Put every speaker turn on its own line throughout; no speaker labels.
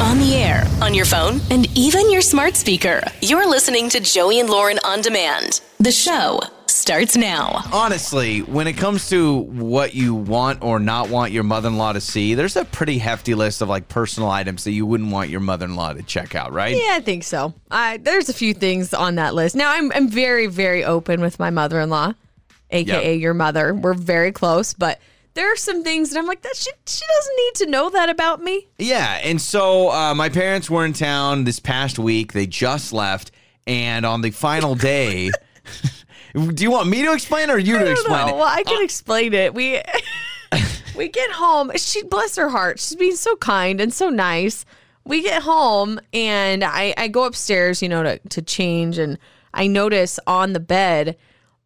on the air, on your phone, and even your smart speaker. You're listening to Joey and Lauren on demand. The show starts now.
honestly, when it comes to what you want or not want your mother-in-law to see, there's a pretty hefty list of like personal items that you wouldn't want your mother-in-law to check out, right?
Yeah, I think so. I, there's a few things on that list. Now, I'm, I'm very, very open with my mother in law, AKA
Yep.
your mother. We're very close, but there are some things that I'm like, that she, she doesn't need to know that about me.
Yeah, and so uh, my parents were in town this past week. They just left, and on the final day, do you want me to explain or you
I
to
don't
explain
know.
it? Uh,
Well, I can explain it. We. We get home. She bless her heart. She's being so kind and so nice. We get home and I, I go upstairs, you know, to, to change and I notice on the bed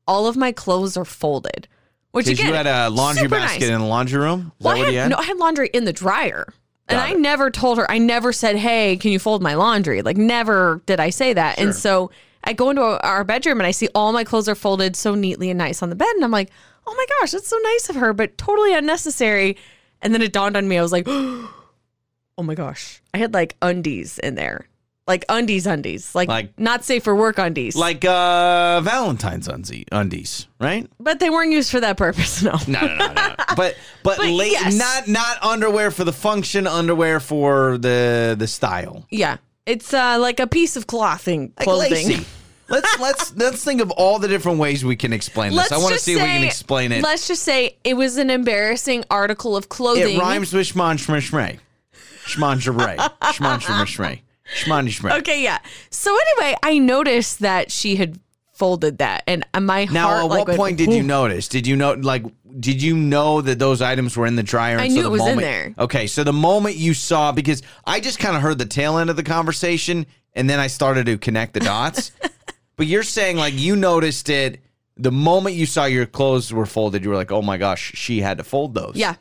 all of my clothes are folded. Which
Because
again,
you had a laundry
super
basket
nice.
in the laundry room. Is
Well,
that
I
what
had,
you had?
No, I had laundry in the dryer. And
Got
I
it.
never told her, I never said, hey, can you fold my laundry? Like, never did I say that. And so I go into our bedroom and I see all my clothes are folded so neatly and nice on the bed. And I'm like, oh my gosh, that's so nice of her, but totally unnecessary. And then it dawned on me, I was like, oh my gosh. I had like undies in there, like undies, undies, like,
Like-
not safe for work undies.
like uh, Valentine's undies, undies, right?
but they weren't used for that purpose. No.
No, no, no, no. no. But but,
But
late,
yes.
not not underwear for the function, underwear for the the style.
Yeah. It's uh, like a piece of clothing, clothing.
Lacey, let's let's let's think of all the different ways we can explain this. I want to
just
see if we can
say-
explain it.
Let's just say it was an embarrassing article of clothing.
It rhymes with schmon schmishmray. Schmon shabray. Schmon schmishmray. Schmon schmray.
Okay, yeah. So anyway, I noticed that she had folded that, and uh, my
Now,
heart.
at
like,
what
went,
point did you
"Ooh."
notice? Did you know, like, did you know that those items were in the dryer?
I
and so
knew
the
it was in
moment-
there.
Okay, so the moment you saw, because I just kind of heard the tail end of the conversation, and then I started to connect the dots. but you're saying like you noticed it the moment you saw your clothes were folded. You were like, oh my gosh, she had to fold those.
Yeah,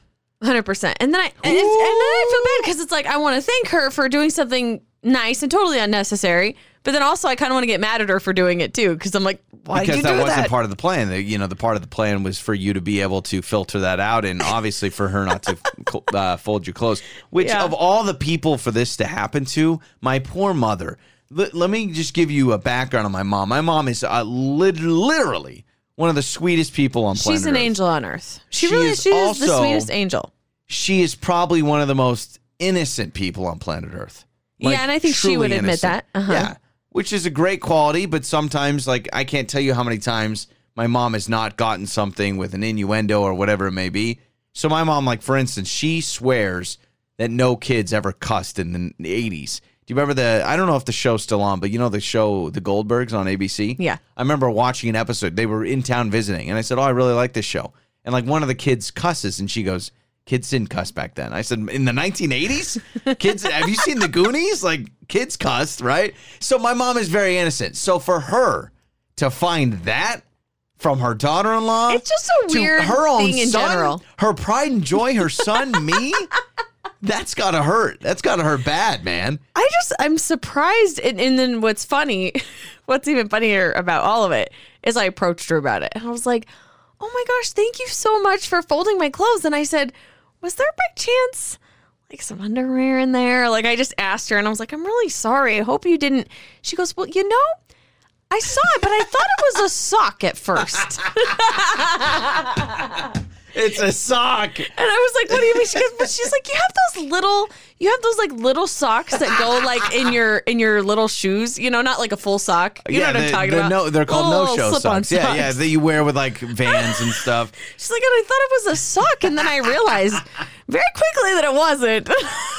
hundred percent. And then I and, it's, and then I feel bad because it's like I want to thank her for doing something nice and totally unnecessary, but then also I kind of want to get mad at her for doing it too because I'm like, why did
because
you
that
do
wasn't
that?
part of the plan. The- you know, the part of the plan was for you to be able to filter that out, and obviously for her not to cl- uh, fold your clothes. Which
Yeah.
of all the people for this to happen to, my poor mother. L- let me just give you a background on my mom. My mom is uh, lit- literally one of the sweetest people on planet.
She's an
Earth.
angel on earth. She,
She
really
is
is. She is the
also-
sweetest angel.
She is probably one of the most innocent people on planet Earth.
Yeah, and I think she
truly
would admit that. Uh-huh.
Yeah, which is a great quality, but sometimes, like, I can't tell you how many times my mom has not gotten something with an innuendo or whatever it may be. So my mom, like, for instance, she swears that no kids ever cussed in the 80s. Do you remember the? I don't know if the show's still on, but you know the show The Goldbergs on ABC.
Yeah.
I remember watching an episode. They were in town visiting, and I said, "Oh, I really like this show." And like one of the kids cusses, and she goes, "Kids didn't cuss back then." I said, "In the 1980s, kids, have you seen the Goonies? Like kids cussed, right?" So my mom is very innocent. So for her to find that from her daughter-in-law,
It's just a
to
weird
her own
thing in
son,
general.
her pride and joy, her son, me. That's gotta hurt. That's gotta hurt bad, man.
I just I'm surprised, and, and then what's funny, what's even funnier about all of it is I approached her about it, and I was like, "Oh my gosh, thank you so much for folding my clothes." And I said, "Was there by chance like some underwear in there?" Like I just asked her, and I was like, "I'm really sorry. I hope you didn't." She goes, "Well, you know." I saw it, but I thought it was a sock at first. And
It's a sock.
I was like, what do you mean? She goes, but she's like, you have those little you have those like little socks that go like in your in your little shoes, you know, not like a full sock. You know what
the,
I'm talking
the
about.
No, they're called
Little
no-show socks.
slip-on
Yeah, yeah,
socks.
that you wear with like Vans and stuff.
She's like, and I thought it was a sock, and then I realized very quickly that it wasn't.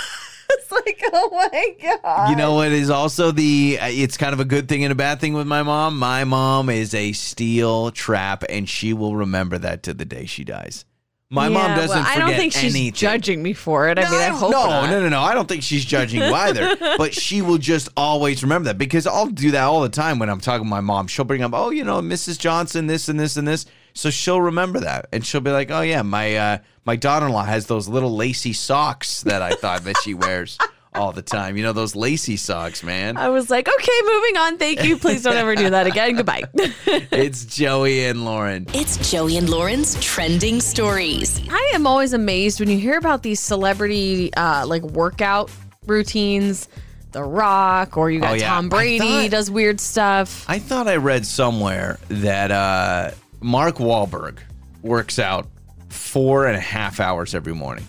it's like, oh my god.
You know what is also the? uh, It's kind of a good thing and a bad thing with my mom. My mom is a steel trap, and she will remember that to the day she dies. My mom
Yeah,
doesn't
well, I
forget
don't think she's
anything.
judging me for it. I mean, I
don't-
hope
no,
not.
no, no, no. I don't think she's judging you either. but she will just always remember that because I'll do that all the time when I'm talking to my mom. She'll bring up, oh, you know, Mrs. Johnson, this and this and this. So she'll remember that, and she'll be like, oh yeah, my uh, my daughter-in-law has those little lacy socks that I thought that she wears all the time. You know those lacy socks, man.
I was like, okay, moving on. Thank you. Please don't ever do that again. Goodbye.
It's Joey and Lauren.
It's Joey and Lauren's trending stories.
I am always amazed when you hear about these celebrity uh, like workout routines, The Rock, or you got
Oh, yeah.
Tom
I
Brady
thought-
does weird stuff.
I thought I read somewhere that uh, Mark Wahlberg works out four and a half hours every morning.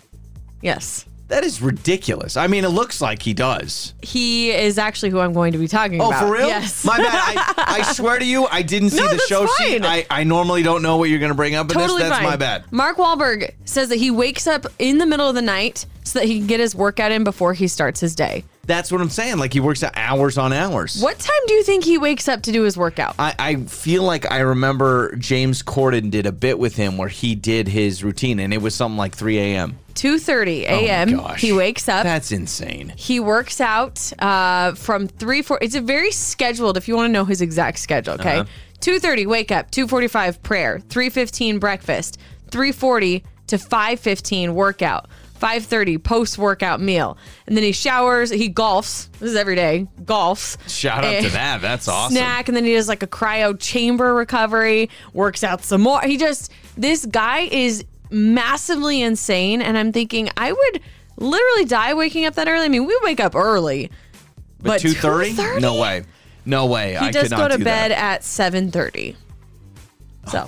Yes.
That is ridiculous. I mean, it looks like he does.
He is actually who I'm going to be talking
Oh,
about.
for real?
Yes.
My bad. I, I swear to you, I didn't see
No,
the
that's
show sheet.
fine.
I, I normally don't know what you're going to bring up, but
totally
this, that's
fine.
my bad.
Mark Wahlberg says that he wakes up in the middle of the night so that he can get his workout in before he starts his day.
That's what I'm saying. Like, he works out hours on hours.
What time do you think he wakes up to do his workout?
I, I feel like I remember James Corden did a bit with him where he did his routine, and it was something like 3 a.m.
2:30
Oh my
a.m.
gosh.
he wakes up.
That's insane.
he works out uh, from three four. It's a very scheduled. If you want to know his exact schedule, okay.
Uh-huh.
thirty, wake up. Two forty five, prayer. Three fifteen, breakfast. Three forty to five fifteen, workout. Five thirty, post workout meal, and then he showers. He golfs. This is every day. Golfs.
Shout out
Eh.
to that. That's awesome.
Snack, and then he does like a cryo chamber recovery, works out some more. He just, this guy is massively insane. And I'm thinking, I would literally die waking up that early. I mean, we wake up early.
But
But
two thirty?
2:30?
No way. No way.
He
I
does
could not
go to
do
bed
That. Oh,
at 7.30. So
Wow.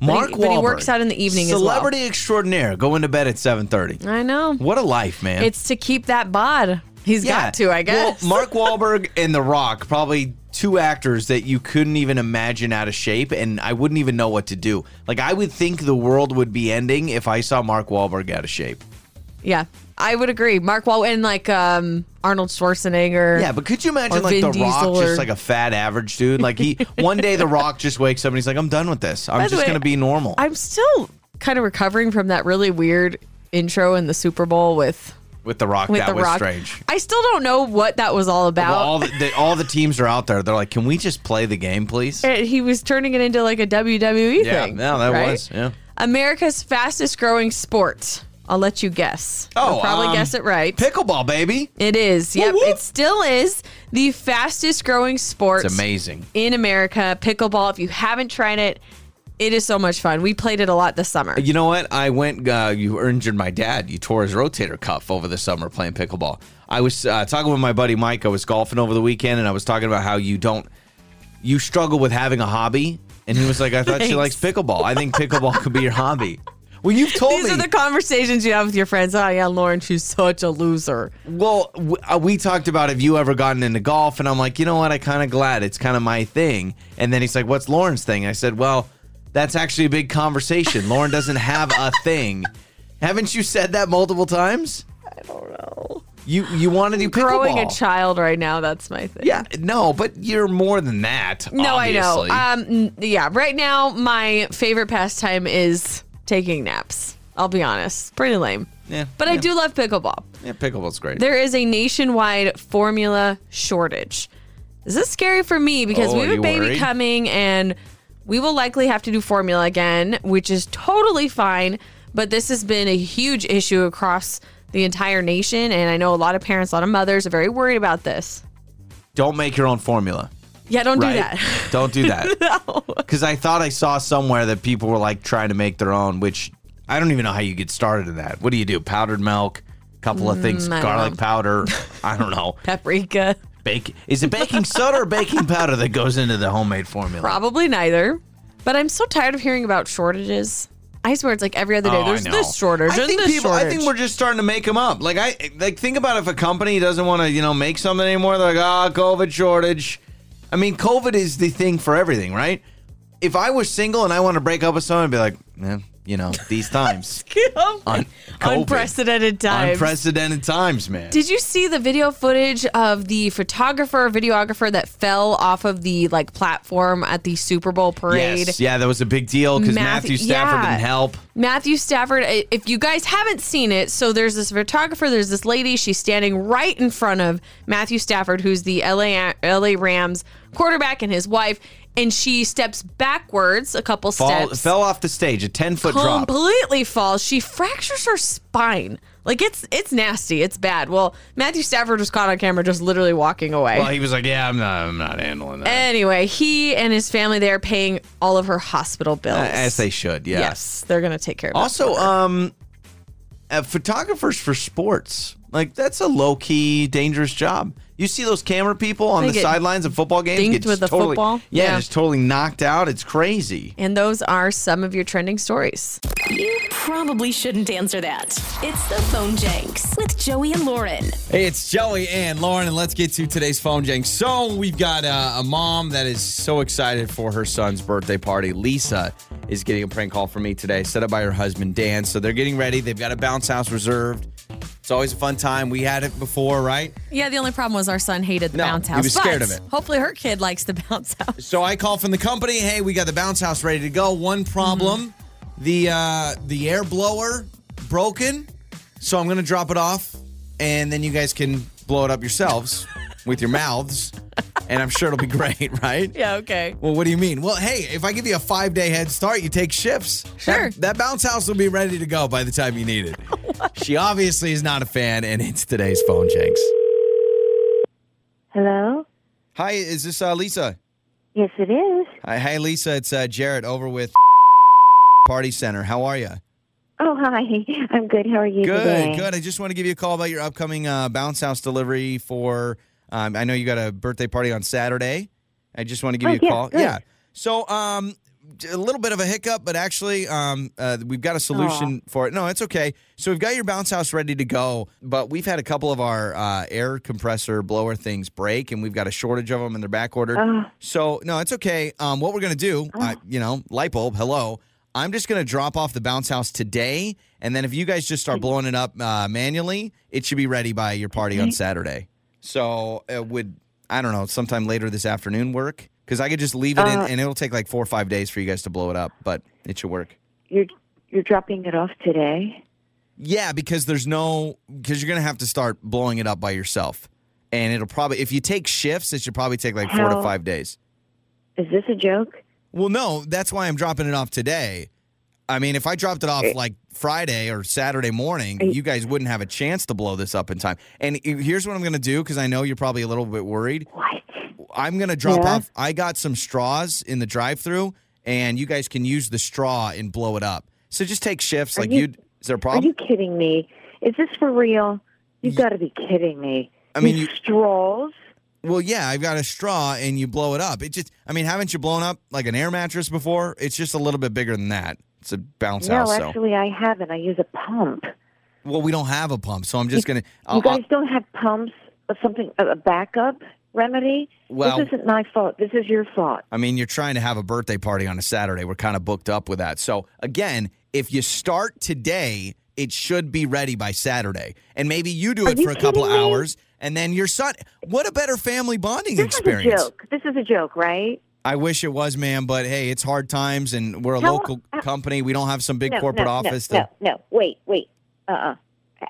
he-
Mark
but he
Wahlberg,
works out in the evening as well.
Celebrity extraordinaire going to bed at seven thirty.
I know.
What a life, man.
It's to keep that bod. He's got to, I guess.
Well, Mark Wahlberg and The Rock, probably two actors that you couldn't even imagine out of shape, and I wouldn't even know what to do. Like I would think the world would be ending if I saw Mark Wahlberg out of shape.
yeah. I would agree. Mark Wall and like um, Arnold Schwarzenegger.
Yeah, but could you imagine
Or
like
Vin
The Rock,
Diesel or-
just like a fat average dude? Like he, one day The Rock just wakes up and he's like, "I'm done with this. I'm
By the
just
way,
gonna be normal."
I'm still kind of recovering from that really weird intro in the Super Bowl with
with The Rock,
with
that
the
was
Rock.
strange.
I still don't know what that was all about.
Well, all the, the all the teams are out there. They're like, "Can we just play the game, please?"
And he was turning it into like a WWE
Yeah,
thing.
no, that
right?
was yeah.
America's fastest growing sport. I'll let you guess.
Oh,
You'll probably
um,
guess it right.
Pickleball, baby.
it is. Yep,
whoop.
it still is the fastest growing sport
It's amazing.
in America. Pickleball. If you haven't tried it, it is so much fun. We played it a lot this summer.
You know what? I went. Uh, you injured my dad. You tore his rotator cuff over the summer playing pickleball. I was uh, talking with my buddy Mike. I was golfing over the weekend, and I was talking about how you don't, you struggle with having a hobby. And he was like, "I thought she
Thanks.
likes pickleball. I think pickleball could be your hobby." Well, you've told
These
me.
are the conversations you have with your friends. Oh yeah, Lauren, she's such a loser.
Well, w- uh, we talked about have you ever gotten into golf? And I'm like, you know what? I kind of glad it's kind of my thing. And then he's like, what's Lauren's thing? I said, well, that's actually a big conversation. Lauren doesn't have a thing. Haven't you said that multiple times? I don't know. You you want to do pickleball?
Growing a child right now, that's my thing.
Yeah, no, but you're more than that.
No,
obviously.
I know. Um, n- yeah, right now my favorite pastime is taking naps. I'll be honest, pretty lame.
Yeah,
But I
yeah.
do love pickleball.
Yeah, pickleball's great.
There is a nationwide formula shortage. This is scary for me because
Oh, are
we have a
you
baby
worried?
coming and we will likely have to do formula again, which is totally fine. But this has been a huge issue across the entire nation. And I know a lot of parents, a lot of mothers are very worried about this.
Don't make your own formula.
Yeah, don't
Right?
do that.
Don't do that.
no.
Because I thought I saw somewhere that people were like trying to make their own, which I don't even know how you get started in that. What do you do? Powdered milk, couple of things,
Mm, I don't
garlic
know.
powder. I don't know.
Paprika.
Bake is it baking soda or baking powder that goes into the homemade formula?
Probably neither. But I'm so tired of hearing about shortages. I swear it's like every other day.
Oh, I
there's
know.
this shortage
I
and
think
this
people,
shortage.
I think we're just starting to make them up. Like I like think about if a company doesn't want to, you know, make something anymore. They're like, ah, COVID shortage. I mean, COVID is the thing for everything, right? If I was single and I want to break up with someone, I'd be like, eh, you know, these times. Un- COVID.
Unprecedented times.
Unprecedented times, man.
Did you see the video footage of the photographer, videographer that fell off of the like platform at the Super Bowl parade?
Yes. Yeah, that was a big deal because
Matthew-
Matthew, Stafford
yeah.
didn't help.
Matthew Stafford, i- if you guys haven't seen it, so there's this photographer, there's this lady, she's standing right in front of Matthew Stafford, who's the LA, LA Rams quarterback and his wife, and she steps backwards a couple
Fall,
steps.
fell off the stage, a 10 foot drop.
completely falls. She fractures her spine. Like it's it's nasty. It's bad. Well, Matthew Stafford was caught on camera just literally walking away.
Well, he was like, yeah, I'm not, I'm not handling that.
anyway, he and his family they are paying all of her hospital bills.
As they should, yeah.
Yes, they're gonna take care of. that
Also,
for her.
um, uh, photographers for sports.
Like that's a low key dangerous job. You see those camera people on
They
the
get
sidelines of football games
dinked
get
with
just
a
totally,
football.
Yeah,
Yeah.
just totally knocked out. It's crazy.
And those are some of your trending stories.
You probably shouldn't answer that. It's the phone janks with Joey and Lauren.
Hey, it's Joey and Lauren, and let's get to today's phone jank. So we've got uh, a mom that is so excited for her son's birthday party. Lisa is getting a prank call from me today, set up by her husband Dan. So they're getting ready. They've got a bounce house reserved. It's always a fun time. We had it before, right?
Yeah, the only problem was our son hated the
No,
bounce
he
house.
was scared
but
of it.
Hopefully, her kid likes the bounce house.
So I call from the company. Hey, we got the bounce house ready to go. One problem:
Mm-hmm.
the uh, the air blower broken. So I'm gonna drop it off, and then you guys can blow it up yourselves with your mouths, and I'm sure it'll be great, right?
Yeah, okay.
Well, what do you mean? Well, hey, if I give you a five day head start, you take shifts.
Sure.
That, that bounce house will be ready to go by the time you need it. she obviously is not a fan, and it's today's phone jinx.
Hello?
Hi, is this uh, Lisa?
Yes, it is.
Hi, hey Lisa, it's uh, Jared over with Party Center. How are you?
Oh, hi. I'm good. How are you
Good,
today?
good. I just want to give you a call about your upcoming uh, bounce house delivery for. Um, I know you got a birthday party on Saturday. I just want to give
Oh,
you a
yeah,
call.
good.
Yeah. So, um, a little bit of a hiccup, but actually, um, uh, we've got a solution for it. No, it's okay. So we've got your bounce house ready to go, but we've had a couple of our uh, air compressor blower things break, and we've got a shortage of them, and they're back ordered.
Oh,
So no, it's okay. Um, what we're gonna do, I, you know, light bulb. Hello, I'm just gonna drop off the bounce house today, and then if you guys just start blowing it up uh, manually, it should be ready by your party on Saturday. So it would, I don't know, sometime later this afternoon work because I could just leave it in,
Uh,
and it'll take like four or five days for you guys to blow it up, but it should work.
you're you're dropping it off today?
Yeah, because there's no because you're gonna have to start blowing it up by yourself, and it'll probably if you take shifts, it should probably take like four to
How-
five days.
Is this a joke?
Well, no, that's why I'm dropping it off today. I mean, if I dropped it off like Friday or Saturday morning, you guys wouldn't have a chance to blow this up in time. And here's what I'm going to do because I know you're probably a little bit worried.
What?
I'm going to drop
Yeah.
off. I got some straws in the drive-through, and you guys can use the straw and blow it up. So just take shifts.
Are
like
you-
you, is there a
Are
problem?
you kidding me? Is this for real? You've got to be kidding me.
I mean, you-
straws?
Well, yeah, I've got a straw and you blow it up. It just, I mean, haven't you blown up like an air mattress before? It's just a little bit bigger than that. It's a bounce
No,
house. so.
actually, I haven't. I use a pump.
Well, we don't have a pump, so I'm just gonna.
you
I'll-
guys don't have pumps or something, a a backup remedy?
Well-
this isn't my fault. This is your fault.
I mean, you're trying to have a birthday party on a Saturday. We're kind of booked up with that. So, again, if you start today, it should be ready by Saturday. And maybe you do it
you
for a couple
kidding me?
hours and then your son. What a better family bonding
This
experience.
is a joke. This is a joke, right?
I wish it was, ma'am, but hey, it's hard times and we're a
How-
local
uh,
company. We don't have some big
no,
corporate
no, no,
office.
No,
that-
no, wait, wait. Uh uh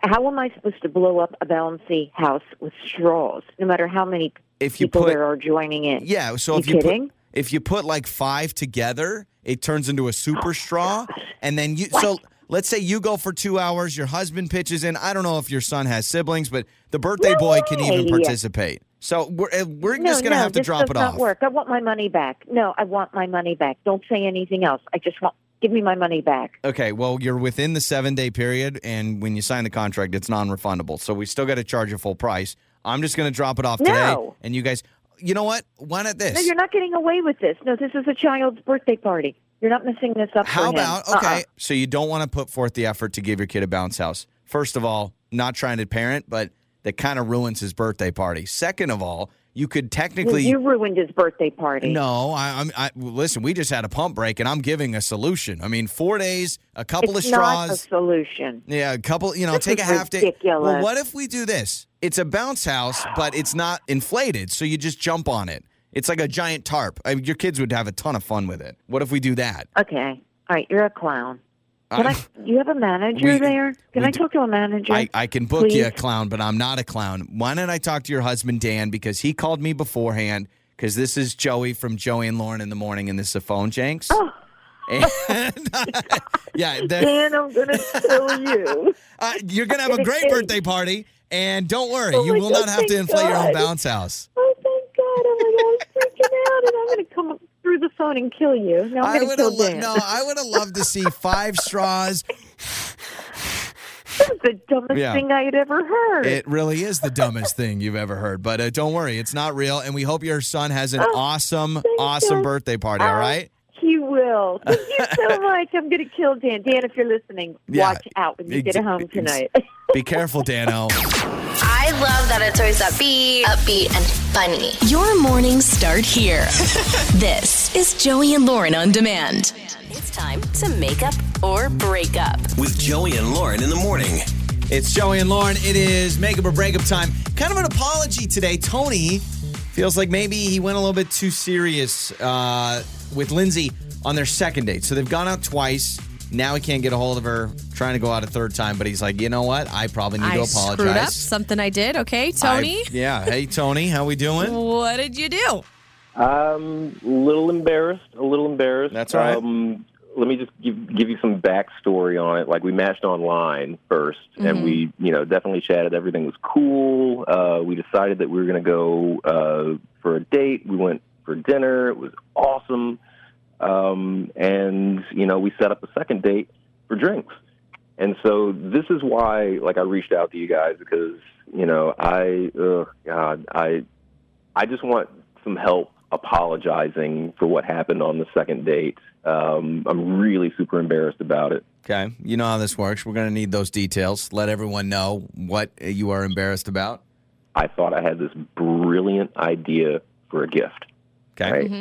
How am I supposed to blow up a bouncy house with straws, no matter how many
If you
people
put-
there are joining in?
Yeah, so
You
if you
kidding?
put, if you put like five together, it turns into a super straw, and then you. So let's say you go for two hours. Your husband pitches in. I don't know if your son has siblings, but the birthday
No
boy can even
way.
participate. So we're uh, we're
No,
just gonna
no,
have to
this
drop
does
it
not
off.
work. I want my money back. No, I want my money back. Don't say anything else. I just want give me my money back.
Okay, well you're within the seven day period, and when you sign the contract, it's non refundable. So we still got to charge you full price. I'm just gonna drop it off today,
No.
and you guys. You know what? Why not this?
No, you're not getting away with this. No, this is a child's birthday party. You're not messing this up. for
How
him.
about
Uh-uh.
okay? So you don't want to put forth the effort to give your kid a bounce house. First of all, not trying to parent, but that kind of ruins his birthday party. Second of all, you could technically
You ruined his birthday party.
no. I, I'm I, listen. We just had a pump break, and I'm giving a solution. I mean, four days, a couple
it's
of
not a
straws.
solution.
Yeah, a couple, you know,
This
take a
is
half day. Well,
ridiculous.
what if we do this? It's a bounce house, but it's not inflated, so you just jump on it. It's like a giant tarp. I mean, your kids would have a ton of fun with it. What if we do that?
Okay. All right, you're a clown. Can
I-
I, you have a manager
We-
there? Can
we
I
do-
talk to a manager?
I, I can book you a
Please.
clown, but I'm not a clown. Why don't I talk to your husband, Dan, because he called me beforehand because this is Joey from Joey and Lauren in the morning, and this is a phone janks.
Oh.
And- yeah, the-
Dan, I'm going to kill you.
uh, you're going to have a great birthday party, and don't worry,
Oh
you
my
will
God,
not have to
thank
inflate your own
God.
bounce house.
Oh, thank God. Oh, my God. I'm freaking out, and I'm going to come through the phone and kill you. Now I'm going to
would have
kill
lo-
Dan.
no, I would have loved to see five straws.
That was the dumbest
Yeah.
thing I had ever heard.
It really is the dumbest thing you've ever heard, but uh, don't worry, it's not real. And we hope your son has an awesome, awesome
Oh, you.
birthday party. All
Oh,
right.
He will. Thank you so much. I'm going to kill Dan. Dan, if you're listening,
Yeah.
watch out when you get
Ex-
home
ex-
tonight.
Be careful, Dano.
I love that it's always upbeat, upbeat, and funny.
Your mornings start here. this is Joey and Lauren on demand. It's time to make up or break up.
With Joey and Lauren in the morning.
It's Joey and Lauren. It is makeup or breakup time. Kind of an apology today. Tony feels like maybe he went a little bit too serious uh, with Lindsay on their second date. So they've gone out twice. Now he can't get a hold of her. Trying to go out a third time, but he's like, you know what? I probably need
I
to
screwed up
apologize.
something I did. Okay, Tony,
I- yeah. Hey, Tony, how we doing?
what did you do?
Um, a little embarrassed. A little embarrassed.
That's all right.
Um, let me just give give you some backstory on it. Like we matched online 1st and we, you know, definitely chatted. Everything was cool. Uh, we decided that we were going to go uh, for a date. We went for dinner. It was awesome. Um, and you know, we set up a second date for drinks. And so this is why, like, I reached out to you guys because you know I, ugh, God, I, I just want some help apologizing for what happened on the second date. Um, I'm really super embarrassed about it.
Okay. You know how this works. We're going to need those details. Let everyone know what you are embarrassed about.
I thought I had this brilliant idea for a gift.
Okay. Mm-hmm.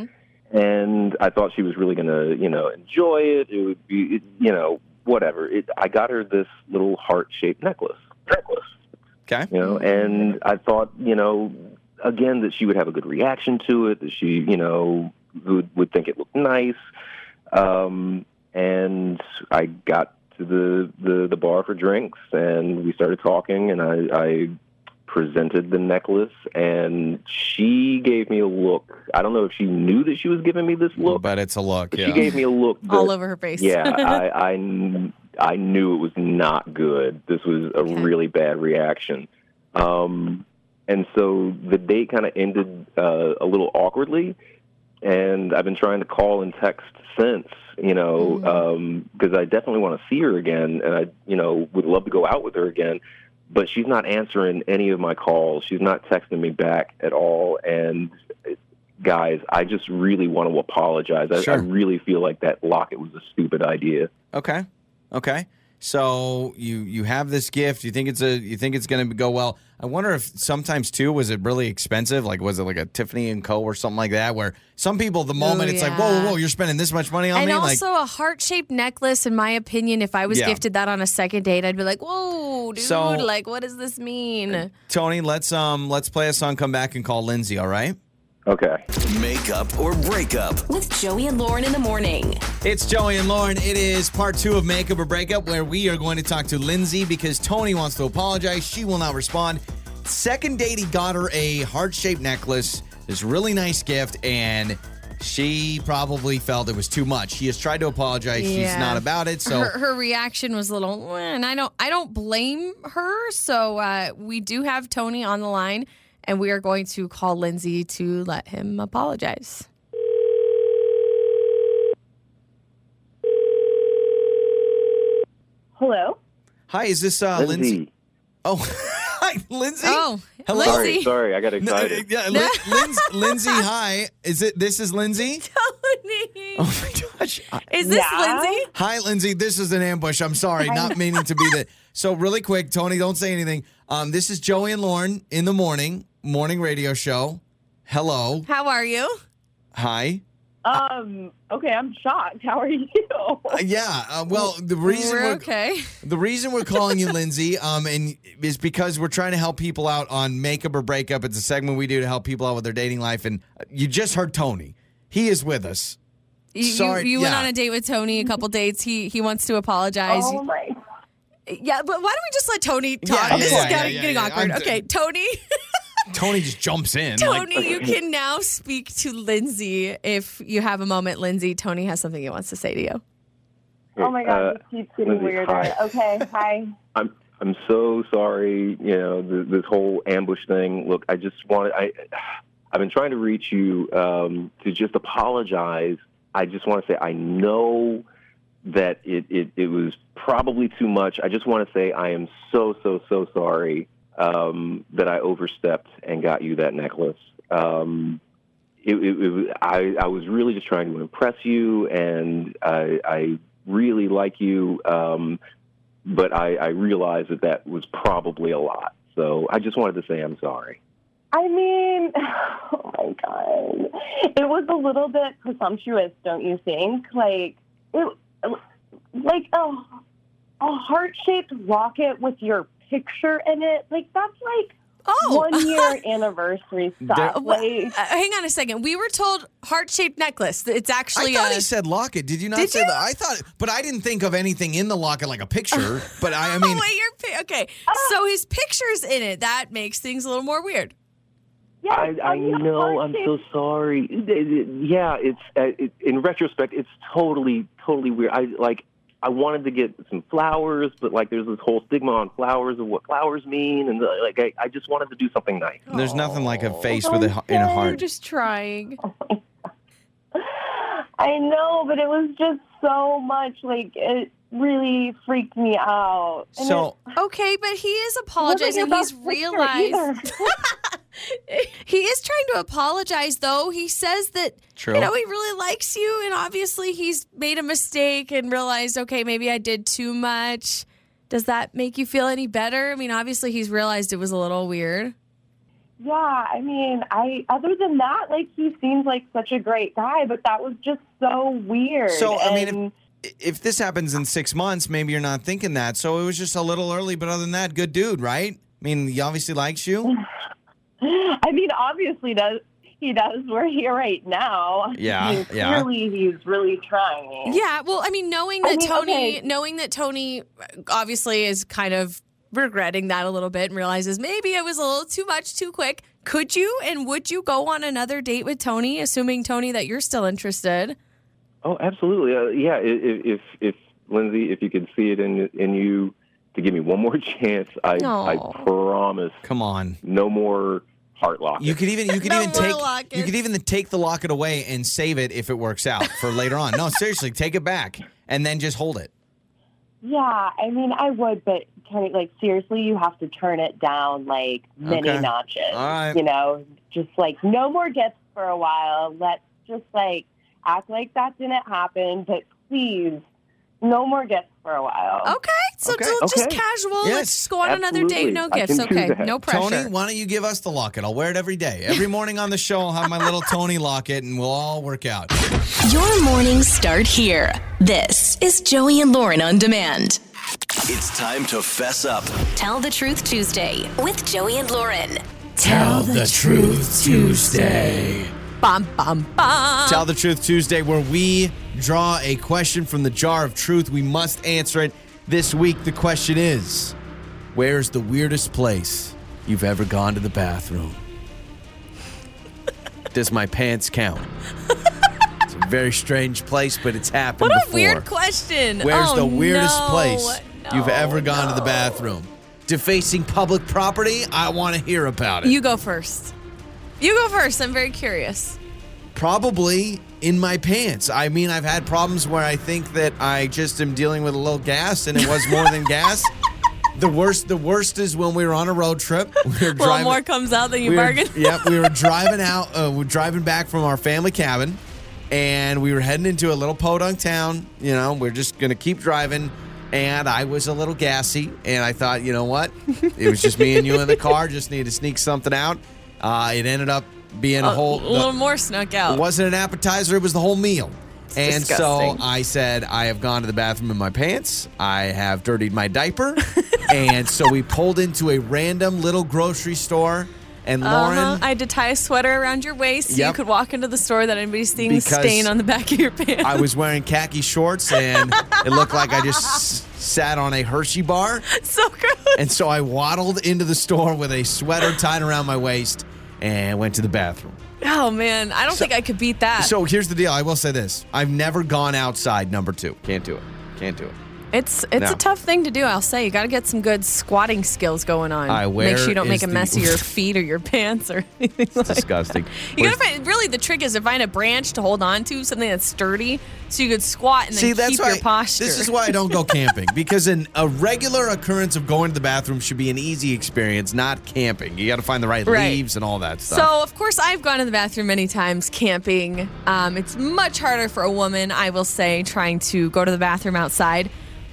Right. and I thought she was really going to, you know, enjoy it. It would be, it, you know, whatever. It, I got her this little heart-shaped necklace, necklace,
Okay.
you know, and I thought, you know, again that she would have a good reaction to it, that she, you know, would would think it looked nice. Um, and I got to the, the the bar for drinks, and we started talking, and I. I presented the necklace and she gave me a look i don't know if she knew that she was giving me this look
But it's a look.
but
Yeah.
she gave me a look that,
All over her face.
yeah I, I kn- I knew it was not good this was a
Okay.
really bad reaction um, and so the date kind of ended uh, a little awkwardly and i've been trying to call and text since you know because i definitely want to see her again and i you know would love to go out with her again but she's not answering any of my calls she's not texting me back at all and guys, I just really want to apologize. I,
Sure.
I really feel like that locket was a stupid idea.
Okay. Okay. So you you have this gift. You think it's a you think it's going to go well. I wonder if sometimes too was it really expensive? Like was it like a Tiffany and Co or something like that? Where some people the moment it's like whoa whoa
yeah.
whoa you're spending this much money on
and
me like
also a heart shaped necklace. In my opinion, if I was
Yeah.
gifted that on a second date, I'd be like, "Whoa, dude!
So-
like, what does this mean?"
Tony let's um let's play a song come back and call Lindsay. All right.
Okay.
Make up or break up.
With Joey and Lauren in the morning.
It's Joey and Lauren. It is part two of Makeup or Breakup, where we are going to talk to Lindsay because Tony wants to apologize. She will not respond. Second date, he got her a heart shaped necklace, this really nice gift, and she probably felt it was too much. He has tried to apologize. She's
Yeah.
not about it. So,
her, her reaction was a little, "Eh," and I don't, I don't blame her. So uh, we do have Tony on the line, and we are going to call Lindsay to let him apologize.
Hello?
hi, is this uh, Lindsay?
Lindsay.
Oh, hi, Lindsay.
Oh,
Hello.
Sorry,
Lindsay.
sorry, I got
No, uh,
excited.
yeah, Lin- Lindsay, Lindsay, hi. Is it? This is Lindsay.
Tony.
Oh my gosh. I-
Is this
Yeah.
Lindsay?
Hi, Lindsay. This is an ambush. I'm sorry, not meaning to be that. So, really quick, Tony, don't say anything. Um, this is Joey and Lauren in the morning, morning radio show. Hello.
How are you?
Hi.
Um, okay, I'm shocked. How are you?
Uh, yeah. Uh, well, the reason
We're
we're,
okay.
the reason we're calling you Lindsay, um, and is because we're trying to help people out on makeup or breakup. It's a segment we do to help people out with their dating life. And uh, you just heard Tony. He is with us.
You, you-
Sorry,
you, went
yeah.
on a date with Tony, a couple dates. He he wants to apologize.
oh, my.
Yeah, but why don't we just let Tony
Yeah,
talk?
yeah,
this
yeah,
is getting,
yeah,
getting
yeah, yeah.
awkward.
I'm-
okay, Tony,
Tony just jumps in. like-
Tony, you can now speak to Lindsay if you have a moment. Lindsay, Tony has something he wants to say to you.
Oh, my
Uh,
God. This keeps getting
Lindsay,
weirder.
hi.
Okay, hi.
I'm I'm so sorry. You know th- this whole ambush thing. Look, I just wanted I I've been trying to reach you um, to just apologize. I just want to say I know that it, it, it was probably too much. I just want to say I am so, so, so sorry um, that I overstepped and got you that necklace. Um, it, it, it, was- I, I was really just trying to impress you, and I, I really like you, um, but I, I realized that that was probably a lot. So I just wanted to say I'm sorry.
I mean, oh my god, it was a little bit presumptuous, don't you think? Like, it, like a a heart shaped rocket with your picture in it. Like that's like
Oh.
one year anniversary stuff.
Uh, wha-
like,
uh, hang on a second. We were told heart shaped necklace. It's
I
actually
thought
a.
he said locket. Did you not
Did
say
you?
that? I thought, but I didn't think of anything in the locket like a picture. but I, I
oh,
mean, Ah.
wait, your pi- okay. so his picture's in it. That makes things a little more weird.
yes,
I, I
mean, a
know. I'm so
heart-shaped-
sorry. It- it- Yeah, it's uh, it, in retrospect, it's totally, totally weird. I like. I wanted to get some flowers, but like, there's this whole stigma on flowers and what flowers mean, and uh, like, I, I just wanted to do something nice.
Oh,
there's nothing like a face with a h- in a heart.
just trying.
I know, but it was just so much. Like it really freaked me out. And it
So
Okay, but he is
wasn't
apologizing.
your best
He's
picture either.
realized. he is trying to apologize, though. He says that
true.
you know he really likes you, and obviously he's made a mistake and realized, okay, maybe I did too much. Does that make you feel any better? I mean, obviously he's realized it was a little weird.
Yeah, I mean, I other than that, like he seems like such a great guy, but that was just so weird.
So, I mean, if-
And
if this happens in six months, maybe you're not thinking that. So it was just a little early, but other than that, good dude, right? I mean, he obviously likes you.
I mean, obviously does he does. We're here right now.
Yeah,
I mean,
yeah.
Clearly, he's really
Oh.
trying.
Yeah, well, I mean, knowing that
I mean,
Tony,
okay.
knowing that Tony uh, obviously is kind of regretting that a little bit and realizes maybe it was a little too much too quick. Could you and would you go on another date with Tony, assuming Tony that you're still interested?
Oh, absolutely. Uh, yeah. i- i- If if Lindsay, if you could see it in in you to give me one more chance, I
No.
I promise
Come on.
no more heart lock.
You could even you could
No
even
more
take
locket.
you could even take the locket away and save it if it works out for later on. No, seriously, take it back and then just hold it.
Yeah, I mean, I would, but Tony, like seriously, you have to turn it down like many
Okay.
notches.
All right.
You know, just like no more gifts for a while. Let's just like act like that didn't happen, but please, no more gifts for a while.
Okay, so
Okay,
do- just
okay.
casual.
Yes,
Let's just go on another
absolutely.
date, no
I can
gifts.
do
Okay,
that.
no pressure.
Tony, why don't you give us the locket? I'll wear it every day. Every morning on the show, I'll have my little Tony locket and we'll all work out.
Your mornings start here. This is Joey and Lauren on demand.
It's time to fess up.
Tell the Truth Tuesday with Joey and Lauren.
Tell the truth Tuesday. Bum bum bum.
Tell the Truth Tuesday, where we draw a question from the jar of truth. We must answer it. This week, the question is Where's the weirdest place you've ever gone to the bathroom? Does my pants count? It's a very strange place, but it's happened
what a
before.
weird question.
Where's
Oh,
the weirdest
no,
place you've
no,
ever gone to the
no.
bathroom? Defacing public property? I want to hear about it.
You go first. You go first. I'm very curious.
probably in my pants. I mean, I've had problems where I think that I just am dealing with a little gas, and it was more than gas. The worst, the worst is when we were on a road trip. We were
Well,
driving.
more comes out than you
we were,
bargain.
yep, we were driving out. Uh, we're driving back from our family cabin, and we were heading into a little podunk town. You know, we're just gonna keep driving. And I was a little gassy, and I thought, you know what? It was just me and you in the car. Just need to sneak something out. Uh, it ended up being a
A
whole
little more snuck out.
it wasn't an appetizer, it was the whole meal. and
disgusting.
so I said, I have gone to the bathroom in my pants. I have dirtied my diaper. and so we pulled into a random little grocery store. And Lauren,
Uh-huh. I had to tie a sweater around your waist so you
Yep.
could walk into the store without anybody seeing the
Because
stain on the back of your pants.
I was wearing khaki shorts and it looked like I just s- sat on a Hershey bar.
so gross.
And so I waddled into the store with a sweater tied around my waist and went to the bathroom.
Oh man, I don't think I could beat that.
So here's the deal. I will say this. I've never gone outside number two. Can't do it. Can't do it.
It's it's
No.
a tough thing to do. I'll say you got to get some good squatting skills going on.
All right,
make sure
where
you don't make
is
a
the-
mess of your feet or your pants or anything like that.
Disgusting.
You
Where's-
gotta find really the trick is to find a branch to hold on to, something that's sturdy, so you could squat and
See,
then
that's
keep
why
your posture.
This is why I don't go camping because an, a regular occurrence of going to the bathroom should be an easy experience, not camping. You got to find the right,
Right.
leaves and all that stuff.
So, of course, I've gone to the bathroom many times camping. Um, it's much harder for a woman, I will say, trying to go to the bathroom outside.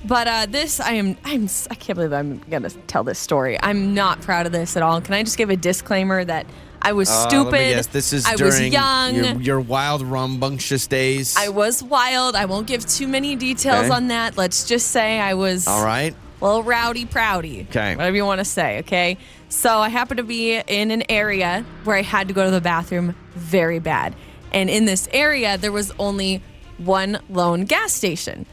But uh, this, I am, I'm, s- I can't believe I'm gonna tell this story. I'm not proud of this at all. Can I just give a disclaimer that I was
Uh, let
stupid?
me guess, this is
I was
during
young.
Your, your wild, rumbunctious days.
I was wild. I won't give too many details
Okay.
on that. Let's just say I was
all right.
well, rowdy proudy.
Okay.
Whatever you want to say, okay? So I happened to be in an area where I had to go to the bathroom very bad. And in this area, there was only one lone gas station.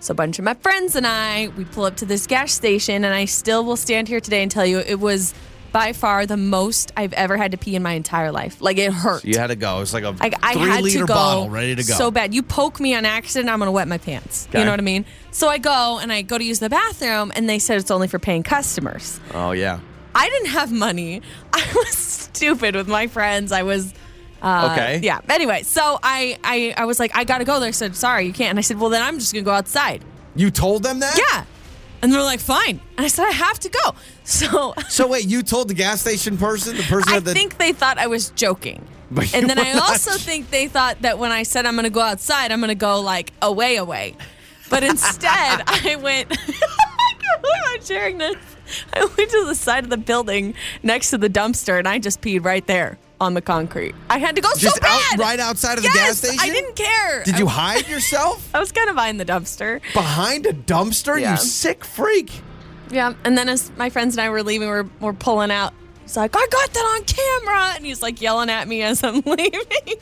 So a bunch of my friends and I, we pull up to this gas station, and I still will stand here today and tell you it was by far the most I've ever had to pee in my entire life. Like it hurt.
You had to go. It's like a
Like I
three
had
liter
to go
bottle ready to go.
So bad. You poke me on accident, I'm gonna wet my pants. You
Okay.
know what I mean? So I go and I go to use the bathroom and they said it's only for paying customers.
Oh yeah.
I didn't have money. I was stupid with my friends. I was uh,
Okay.
Yeah. Anyway, so I, I I was like, I gotta go. They said, sorry, you can't. And I said, well then I'm just gonna go outside.
You told them that?
Yeah. And they're like, fine. And I said, I have to go. So
So wait, you told the gas station person, the person
I
at the
think they thought I was joking.
But you
and then
were
I
not.
also think they thought that when I said I'm going to go outside, I'm going to go like away, away. But instead, I went, I can't believe I'm sharing this. I went to the side of the building next to the dumpster and I just peed right there on the concrete. I had to go so
just
bad.
out right outside of the gas
yes,
station.
I didn't care.
Did
I-
you hide yourself
I was kind of behind the dumpster.
behind a dumpster?
Yeah.
You sick freak.
Yeah, and then as my friends and I were leaving, we're, we're pulling out. He's like, I got that on camera. And he's like yelling at me as I'm leaving.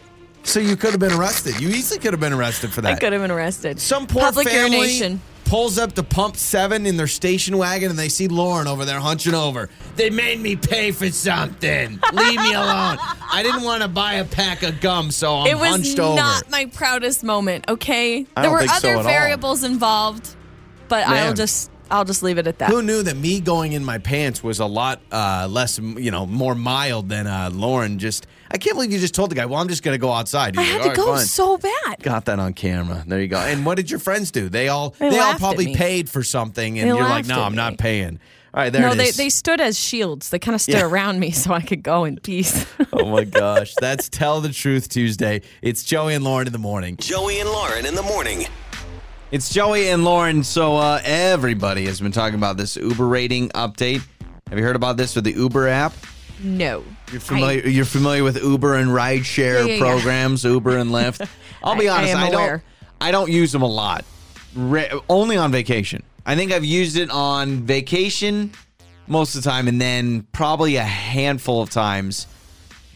So you could have been arrested. You easily could have been arrested for
I
that.
could have been arrested.
Some poor
public
family
urination.
pulls up to pump seven in their station wagon, and they see Lauren over there hunching over. They made me pay for something. Leave me alone. I didn't want to buy a pack of gum, so I'm
it was
hunched
not
over.
my proudest moment. Okay,
I
there
don't
were
think so
other
at all.
variables involved, but I'll
Man.
just I'll just leave it at that.
Who knew that me going in my pants was a lot uh, less, you know, more mild than uh, Lauren? Just, I can't believe you just told the guy, "Well, I'm just going to go outside." He's
I
like,
had
"All
to
right,
go
fine."
so bad.
Got that on camera. There you go. And what did your friends do? They all
They
they, all
laughed at
probably
me.
paid for something, and
They
you're like,
laughed
"No,
at
I'm
me.
not paying." All right, there
No,
it
they
is.
they stood as shields. They kind of stood around me so I could go in peace.
oh my gosh, that's Tell the Truth Tuesday. It's Joey and Lauren in the morning.
Joey and Lauren in the morning.
It's Joey and Lauren. So uh, everybody has been talking about this Uber rating update. Have you heard about this with the Uber app?
no,
You're familiar. you're familiar with Uber and rideshare
Yeah, yeah, yeah.
programs, Uber and Lyft. I'll be
I- I
honest.
am
I, don't.
aware.
I don't use them a lot. Ra- only on vacation. I think I've used it on vacation most of the time, and then probably a handful of times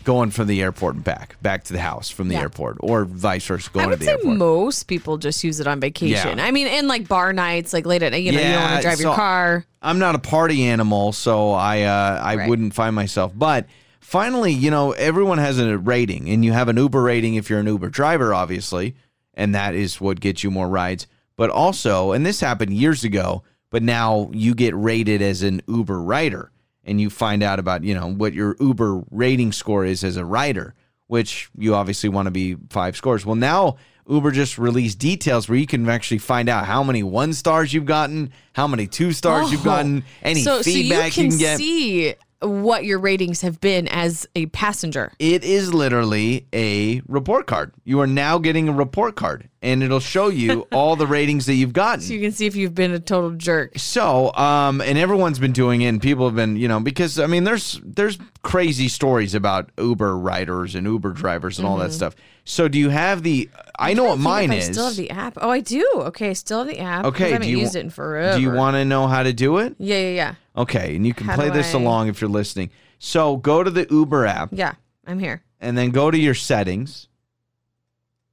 going from the airport and back, back to the house from the
Yeah.
airport, or vice versa,
I,
going to
would
the
say
airport.
most people just use it on vacation.
Yeah.
I mean, and like bar nights, like late at night. You know, you don't want
Yeah,
to drive your
so-
car.
I'm not a party animal, so I uh, I
Right.
wouldn't find myself. But finally, you know, everyone has a rating, and you have an Uber rating if you're an Uber driver, obviously, and that is what gets you more rides. But also, and this happened years ago, but now you get rated as an Uber rider, and you find out about you know what your Uber rating score is as a rider, which you obviously want to be five scores. Well, now. Uber just released details where you can actually find out how many one stars you've gotten, how many two stars you've
Oh.
gotten, any
so,
feedback
so you can,
get.
see what your ratings have been as a passenger.
it is literally a report card. You are now getting a report card, and it'll show you all the ratings that you've gotten.
So you can see if you've been a total jerk.
So, um, and everyone's been doing it, and people have been, you know, because I mean, there's there's crazy stories about Uber riders and Uber drivers and all
Mm-hmm.
that stuff. So, do you have the? I know what
I
mine
think
is.
if I still have the app. Oh, I do. Okay, I still have the app. 'cause
Okay,
I haven't
do you
used
wa-
it in forever.
do you want to know how to do it?
Yeah, yeah, yeah,
Okay, and you can
How
play
do
this
I-
along if you're listening. So, go to the Uber app
yeah. I'm here.
and then go to your settings.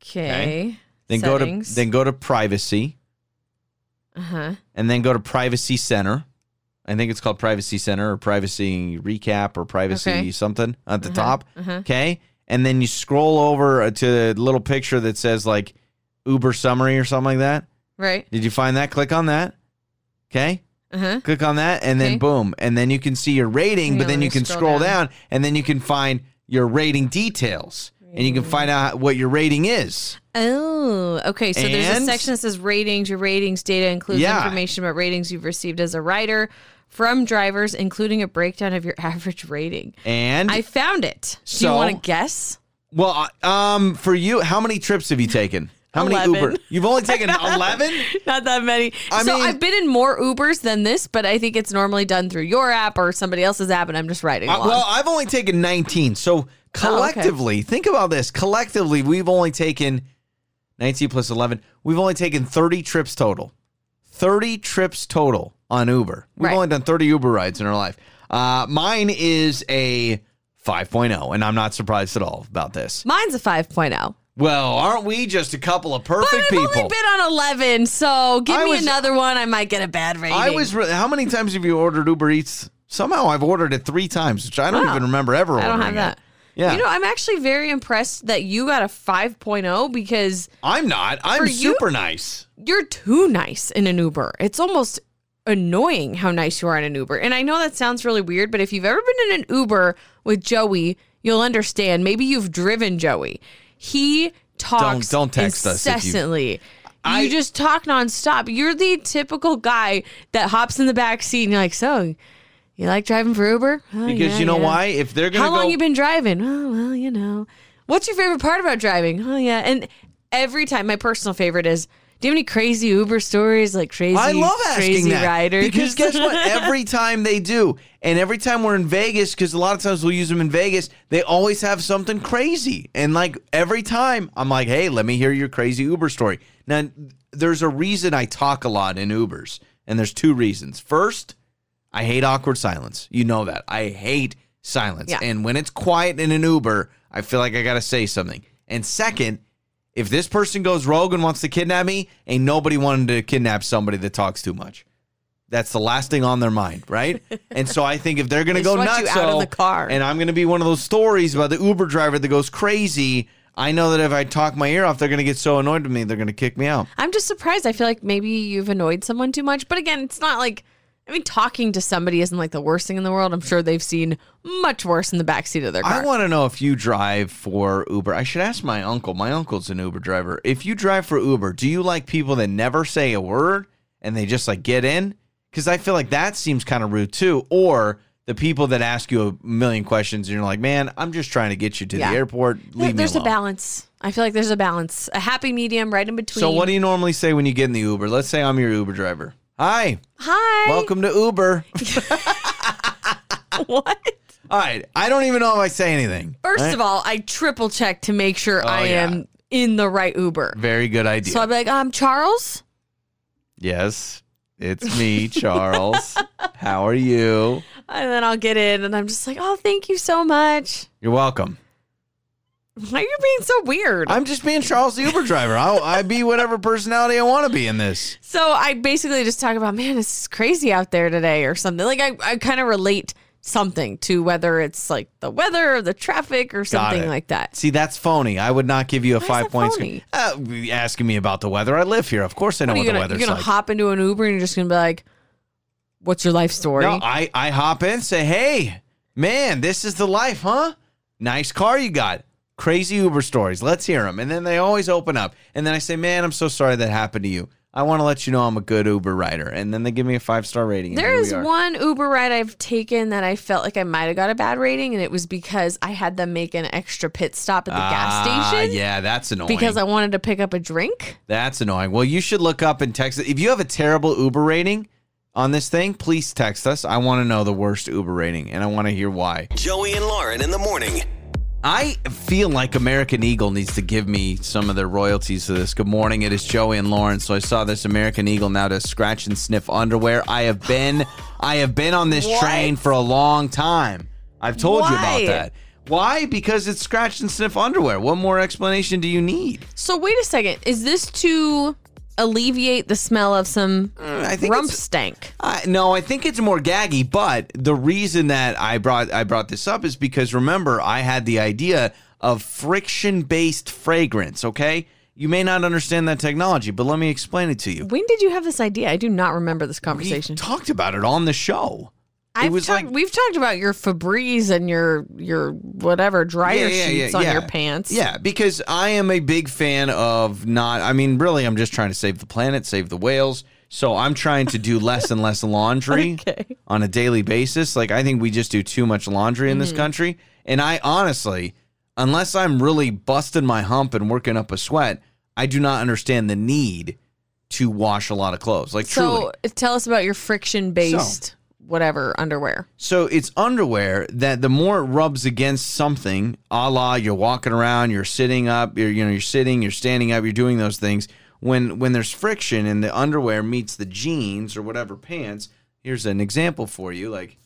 Okay.
Then
Settings.
go to then go to privacy
Uh huh.
and then go to privacy center. I think it's called privacy center or privacy recap or privacy
Okay.
something at the top.
uh-huh.
Okay? And then you scroll over uh, to the little picture that says like Uber summary or something like that.
Right.
Did you find that? Click on that. Okay.
Uh-huh.
Click on that, and then
Okay.
boom, and then you can see your rating.
Hang
but
on,
then
let
you
me
can
scroll
scroll down. and then you can find your rating details, and you can find out what your rating is.
Oh, okay. So there's a
And-
section that says ratings. Your ratings data includes
Yeah.
information about ratings you've received as a rider from drivers, including a breakdown of your average rating.
And
I found it. Do you
So-
want to guess?
well, I- um, for you, how many trips have you taken? How many
11.
Uber? You've only taken eleven. Uh,
Not that many.
I
so
mean-
I've been in more Ubers than this, but I think it's normally done through your app or somebody else's app, and I'm just riding
I-
along.
Uh, well, I've only taken 19.
Oh,
So collectively, think about this. Collectively, we've only taken 19 plus 11. We've only taken 30 trips total. 30 trips total on Uber. We've
Right.
only done 30 Uber rides in our life. Uh, mine is a 5.0, and I'm not surprised at all about this.
Mine's a 5.0.
Well, aren't we just a couple of perfect
But I've
people?
only been on 11, so give
I
me
was-
another one. I might get a bad rating.
I was. Re- how many times have you ordered Uber Eats? Somehow I've ordered it three times, which I don't
Wow.
even remember ever
I
ordering
don't have
it.
that.
Yeah.
You know, I'm actually very impressed that you got a 5.0 because
I'm not. I'm
For you-
super nice.
you're too nice in an Uber. It's almost annoying how nice you are in an Uber. And I know that sounds really weird, but if you've ever been in an Uber with Joey, you'll understand. Maybe you've driven Joey. He talks
don't text us if you-
incessantly. you,
I-
just talk nonstop. You're the typical guy that hops in the back seat and you're like, so you like driving for Uber? Oh,
Because
yeah,
you know
yeah."
why? If they're gonna
How long
go,
you been driving? Oh well, you know. What's your favorite part about driving? Oh yeah, and every time my personal favorite is. Do you have any crazy Uber stories like crazy?
I love asking
crazy
that
riders.
because guess what? Every time they do, and every time we're in Vegas, because a lot of times we'll use them in Vegas, they always have something crazy, and like every time, I'm like, hey, let me hear your crazy Uber story. Now, there's a reason I talk a lot in Ubers, and there's two reasons. First, I hate awkward silence. You know that. I hate silence,
Yeah.
and when it's quiet in an Uber, I feel like I gotta say something. And second, if this person goes rogue and wants to kidnap me, ain't nobody wanting to kidnap somebody that talks too much. That's the last thing on their mind, right? and so I think if they're going to
They
go
just want
nuts,
you out of
so-
the car.
and I'm going to be one of those stories about the Uber driver that goes crazy. I know that if I talk my ear off, they're going to get so annoyed with me, they're going to kick me out.
I'm just surprised. I feel like maybe you've annoyed someone too much. But again, it's not like I mean, talking to somebody isn't like the worst thing in the world. I'm sure they've seen much worse in the backseat of their car.
I want to know if you drive for Uber. I should ask my uncle. My uncle's an Uber driver. If you drive for Uber, do you like people that never say a word and they just like get in? Because I feel like that seems kind of rude too. Or the people that ask you a million questions and you're like, man, I'm just trying to get you to
Yeah.
the airport.
There-
Leave
there's
me alone.
a balance. I feel like there's a balance, a happy medium right in between.
So what do you normally say when you get in the Uber? Let's say I'm your Uber driver. Hi,
Hi.
welcome to Uber.
What?
All right, I don't even know if I say anything.
First
Right? Oh,
of all, I triple check to make sure I
yeah.
am in the right Uber.
very good idea.
So I'd be like, um, Charles,
Yes, it's me, Charles. How are you?
and then I'll get in, and I'm just like, oh, thank you so much.
You're welcome.
Why are you being so weird?
I'm just being Charles the Uber driver. I'll, I be whatever personality I want to be in this.
so I basically just talk about, man, it's crazy out there today, or something. Like I, I kind of relate something to whether it's like the weather, or the traffic, or something
it.
like that.
See, that's phony. I would not give you a
is
five
that
point
phony?
Uh, asking me about the weather. I live here. Of course I know
What are
what,
you
the
gonna,
weather's
you're gonna
like.
hop into an Uber and you're just gonna be like, what's your life story?
No, I, I hop in, say, hey, man, this is the life, huh? Nice car you got. Crazy Uber stories. Let's hear them. And then they always open up. And then I say, man, I'm so sorry that happened to you. I want to let you know I'm a good Uber rider. And then they give me a five star rating. and
There
here we
is
are.
one Uber ride I've taken that I felt like I might have got a bad rating, and it was because I had them make an extra pit stop at the gas
Ah,
station
Yeah, that's annoying.
because I wanted to pick up a drink.
that's annoying. Well, you should look up and text. If you have a terrible Uber rating on this thing, please text us. I want to know the worst Uber rating and I want to hear why.
Joey and Lauren in the morning.
I feel like American Eagle needs to give me some of their royalties to this. Good morning. It is Joey and Lauren. So I saw this American Eagle now does scratch and sniff underwear. I have been I have been on this train for a long time. I've told you
Why?
about that. Why? Because it's scratch and sniff underwear. What more explanation do you need?
So wait a second, is this to alleviate the smell of some
Mm, I think
rump
it's-
stank?
I, no, I think it's more gaggy. But the reason that I brought I brought this up is because remember I had the idea of friction based fragrance. Okay, You may not understand that technology, but let me explain it to you.
When did you have this idea? I do not remember this
We
conversation.
talked about it on the show.
I've
was
talked.
like-
we've talked about your Febreze and your your whatever dryer sheets on your pants.
Yeah, because I am a big fan of not. I mean, really, I'm just trying to save the planet, save the whales. So I'm trying to do less and less laundry
Okay.
on a daily basis. Like I think we just do too much laundry in this country. And I honestly, unless I'm really busting my hump and working up a sweat, I do not understand the need to wash a lot of clothes. Like truly.
So tell us about your friction based whatever underwear.
So it's underwear that the more it rubs against something, a la you're walking around, you're sitting up, you're you know you're sitting, you're standing up, you're doing those things. When when there's friction and the underwear meets the jeans or whatever pants, here's an example for you. Like,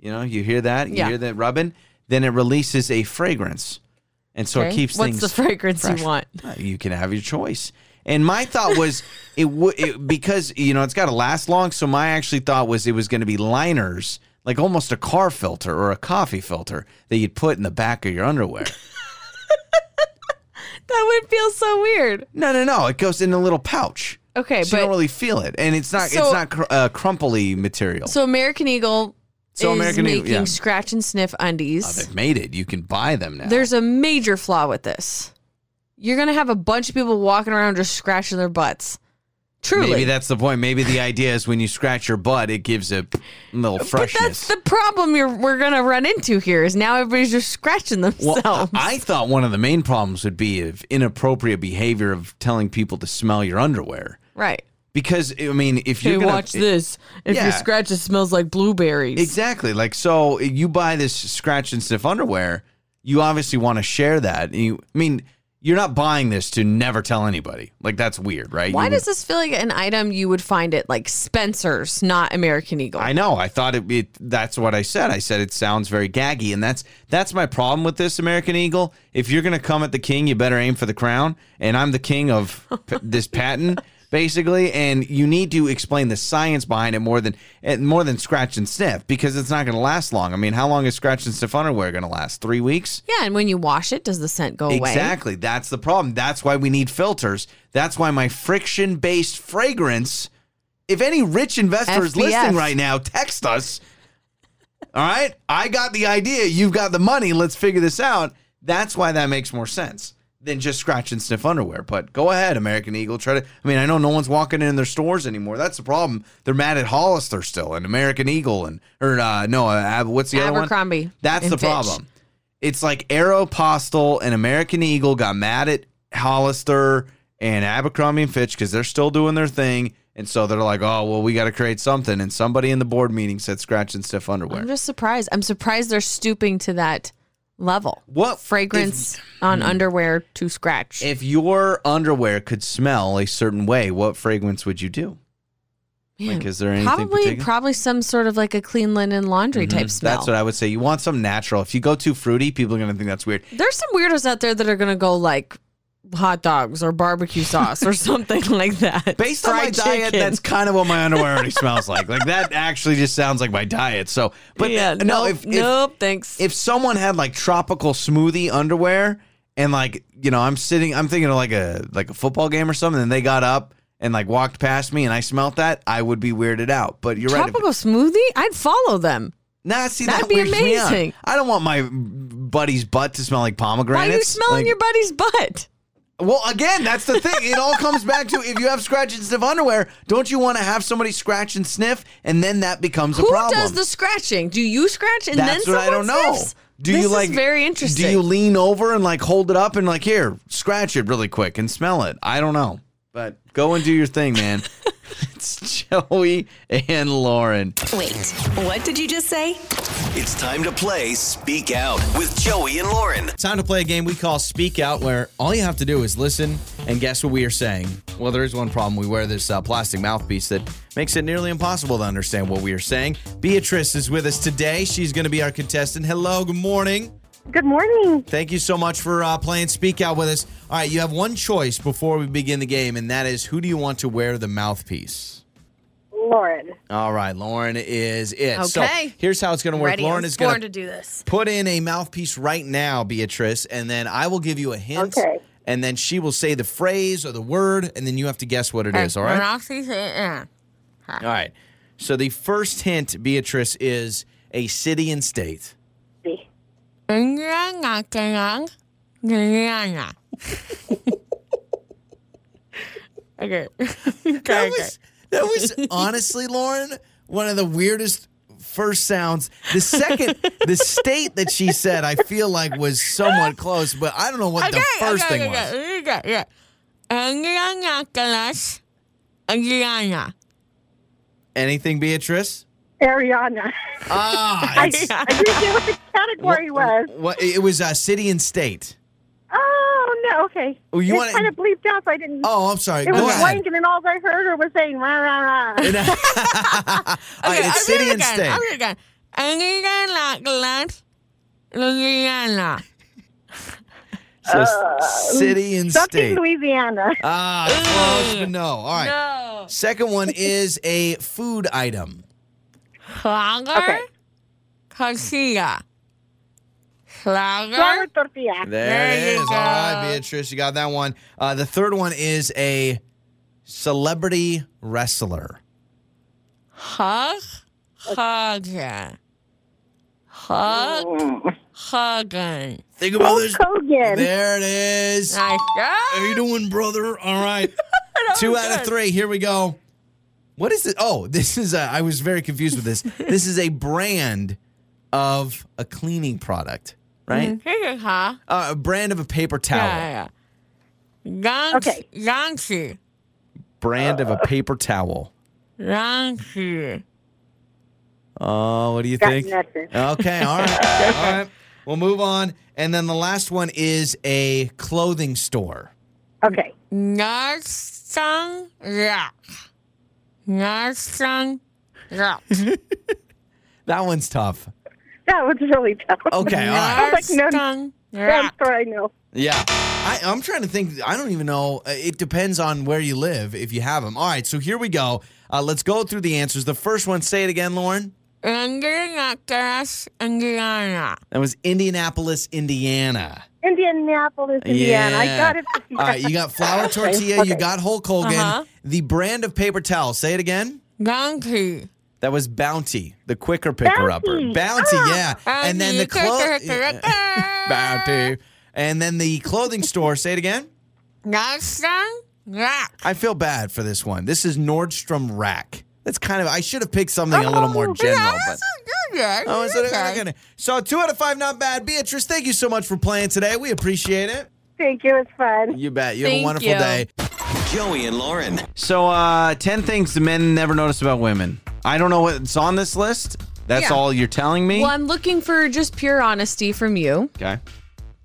you know, you hear that, you
Yeah.
hear that rubbing, then it releases a fragrance, and so it
okay?
keeps things
What's the fragrance
fresh.
you want?
Uh, You can have your choice. And my thought was it would it, because you know it's got to last long. So my actually thought was it was going to be liners, like almost a car filter or a coffee filter that you'd put in the back of your underwear.
That would feel so weird.
no, no, no. It goes in a little pouch,
Okay,
so you
but
don't really feel it, and it's not
So-
it's not cr- uh, crumply material.
so American Eagle
So
is
American Eagle,
making
yeah.
scratch and sniff
Uh,
undies.
they've made it. You can buy them now.
There's a major flaw with this. You're gonna have a bunch of people walking around just scratching their butts. Truly,
Maybe that's the point. Maybe the idea is when you scratch your butt, it gives a little
But
freshness.
that's the problem you're, we're going to run into here is now everybody's just scratching
Well,
themselves.
I thought one of the main problems would be of inappropriate behavior of telling people to smell your underwear.
right.
Because I mean, if
Hey,
you're gonna,
watch this. If
yeah.
you scratch, it smells like blueberries.
exactly like so, you buy this scratch and sniff underwear, you obviously want to share that. And You, I mean, you're not buying this to never tell anybody. Like that's weird, right?
Why
You
does this feel like an item you would find at like Spencer's, not American Eagle?
I know. I thought it, it. That's what I said. I said it sounds very gaggy, and that's that's my problem with this American Eagle. If you're gonna come at the king, you better aim for the crown. And I'm the king of p- this patent, basically. And you need to explain the science behind it more than and more than scratch and sniff because it's not gonna last long. I mean, how long is scratch and sniff underwear gonna last? Three weeks?
yeah, and when you wash it, does the scent go away?
Exactly. That's the problem. That's why we need filters. That's why my friction based fragrance. If any rich investors
FBF.
listening right now, text us. All right. I got the idea. You've got the money. Let's figure this out. That's why that makes more sense than just scratch and sniff underwear. But go ahead, American Eagle. Try to. I mean, I know no one's walking in their stores anymore. That's the problem. They're mad at Hollister still and American Eagle and, or uh, no, uh, Ab- what's the other one?
Abercrombie.
That's
and
the
Fitch.
problem. It's like Aeropostale and American Eagle got mad at Hollister and Abercrombie and Fitch because they're still doing their thing. And so they're like, oh, well, we got to create something. And somebody in the board meeting said scratch and stiff underwear.
I'm just surprised. I'm surprised they're stooping to that level.
What if- Hmm.
fragrance on underwear to scratch?
if your underwear could smell a certain way, what fragrance would you do?
Man,
like, is there anything
probably
particular? Mm-hmm.
probably some sort of like a clean linen laundry type smell?
That's what I would say. You want some natural. If you go too fruity, people are going to think that's weird.
There's some weirdos out there that are gonna go like hot dogs or barbecue sauce or something like that.
Based on my
Fried
diet,
chicken.
that's kind of what my underwear already smells like. Like that actually just sounds like my diet. So, but
yeah,
no,
nope,
if, if
nope, thanks.
if someone had like tropical smoothie underwear and like you know I'm sitting, I'm thinking of like a like a football game or something, and they got up and like walked past me and I smelt that, I would be weirded out. But you're right.
Tropical smoothie, I'd follow them.
Nah, see
That'd
that
be
weirds me out.
amazing.
I don't want my buddy's butt to smell like
Why
pomegranates.
are you smelling
Like-
your buddy's butt?
Well, again, that's the thing. It all comes back to if you have scratch and sniff underwear, don't you want to have somebody scratch and sniff, and then that becomes a
Who
problem?
does the scratching? Do you scratch and
that's
then
what I don't
someone
know.
sniffs?
Do
This
you
is
like
very interesting.
Do you lean over and like hold it up and like here, scratch it really quick and smell it? I don't know, but go and do your thing, man. it's Joey and Lauren.
Wait, what did you just say?
It's time to play Speak Out with Joey and Lauren.
Time to play a game we call Speak Out, where all you have to do is listen and guess what we are saying. Well, there is one problem. We wear this uh, plastic mouthpiece that makes it nearly impossible to understand what we are saying. Beatrice is with us today. She's going to be our contestant. Hello, good morning.
Good morning.
Thank you so much for uh, playing Speak Out with us. All right, you have one choice before we begin the game, and that is who do you want to wear the mouthpiece?
Lauren.
All right, Lauren is it. So
Okay.
here's how it's going to work.
Ready. I
Lauren
was
is going
born to do this.
Put in a mouthpiece right now, Beatrice, and then I will give you a hint
Okay.
and then she will say the phrase or the word, and then you have to guess what it is. All
Uh-huh.
right. All right. So the first hint, Beatrice, is a city and state.
Okay.
That was, that was honestly, Lauren, one of the weirdest first sounds. The second, the state that she said, I feel like was somewhat close, but I don't know what the first thing was.
okay, was.
Anything, Beatrice?
Ariana.
Ah,
I,
it's-
I didn't know what the category was.
What, it was uh, city and state.
Oh no, okay.
Oh, you
it's
wanna-
kind of bleeped out, so I didn't.
Oh, I'm sorry. Go
it was
ahead.
blanking, and all I heard her was saying rah rah rah.
All right, it's city and state.
again.
So s- city and
Something
state.
Louisiana.
Ah, close, but no. All right. Second one is a food item.
Lager, Casilla.
Flour
Lager,
tortilla.
There it
you
is. All right,
go.
Beatrice, you got that one. Uh, the third one is a celebrity wrestler.
hug, hugger. Hug, hugging.
Think
Oh,
about this.
Hogan.
There it is.
Nice
How
job.
you doing, brother? All right.
Oh,
Two out of three. Here we go. What is it? Oh, this is. A, I was very confused with this. this is a brand of a cleaning product, right?
Mm-hmm. Here, huh?
Uh, a brand of a paper towel.
Yeah, yeah. Yank-
Okay.
Yankee.
Brand of a paper towel.
Yankee.
Oh, what do you
Got
think?
nothing.
Okay, all right, all right. We'll move on, and then the last one is a clothing store.
Okay.
Nursing rock. Nursing rock.
That one's tough.
That was really tough.
Okay, all right.
I was like, no,
Nursing
that's
rock.
where I know.
Yeah. I, I'm trying to think. I don't even know. Uh, It depends on where you live if you have them. All right, so here we go. Uh, let's go through the answers. The first one, say it again, Lauren.
Indianapolis, Indiana.
That was Indianapolis, Indiana.
Indianapolis, Indiana. I
Yeah.
got it.
All right, you got flour tortilla, you got Hulk Hogan,
Uh-huh.
the brand of paper towel. Say it again.
Yankee.
That was Bounty, the quicker picker upper.
Bounty.
Bounty, yeah. And then the clo-
clothes.
Bounty. And then the clothing store. Say it again.
Nursing rock.
I feel bad for this one. This is Nordstrom Rack. That's kind of I should have picked something a little more general, but Oh, is it okay? So two out of five, not bad. Beatrice, thank you so much for playing today. We appreciate it.
Thank you. It was fun.
You bet. You have a
Thank
wonderful
you.
day.
Joey and Lauren.
So, uh, 10 things the men never notice about women. I don't know what's on this list. That's
Yeah.
all you're telling me.
Well, I'm looking for just pure honesty from you
Okay.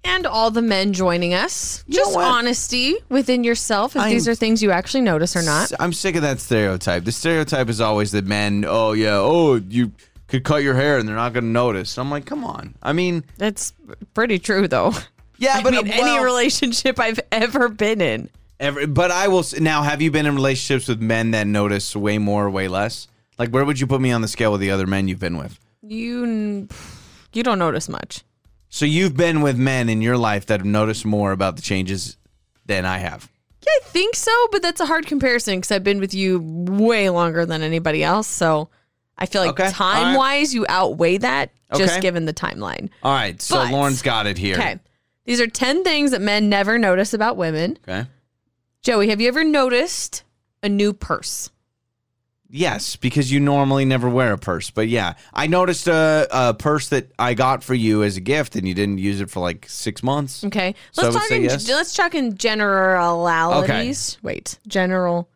and all the men joining us.
know
just
what?
honesty within yourself if these
I'm-
are things you actually notice or not.
S- I'm sick of that stereotype. The stereotype is always that men, oh, yeah, oh, you could cut your hair and they're not going to notice. I'm like, come on. I mean,
That's pretty true, though.
yeah,
I
but
mean,
uh,
any
well,
relationship I've ever been in.
every- but I will s- now. Have you been in relationships with men that notice way more, or way less? Like, where would you put me on the scale with the other men you've been with?
You you don't notice much.
So you've been with men in your life that have noticed more about the changes than I have.
Yeah, I think so, but that's a hard comparison because I've been with you way longer than anybody else. So I feel like
Okay, all right.
time wise, you outweigh that just
Okay.
given the timeline.
All right, so
But-
Lauren's got it here.
Okay. These are 10 things that men never notice about women.
Okay.
Joey, have you ever noticed a new purse?
Yes, because you normally never wear a purse. But yeah, I noticed a, a purse that I got for you as a gift, and you didn't use it for like six months.
Okay.
So I
Let's
would
talk
say
in
yes.
let's talk in generalities. Wait. General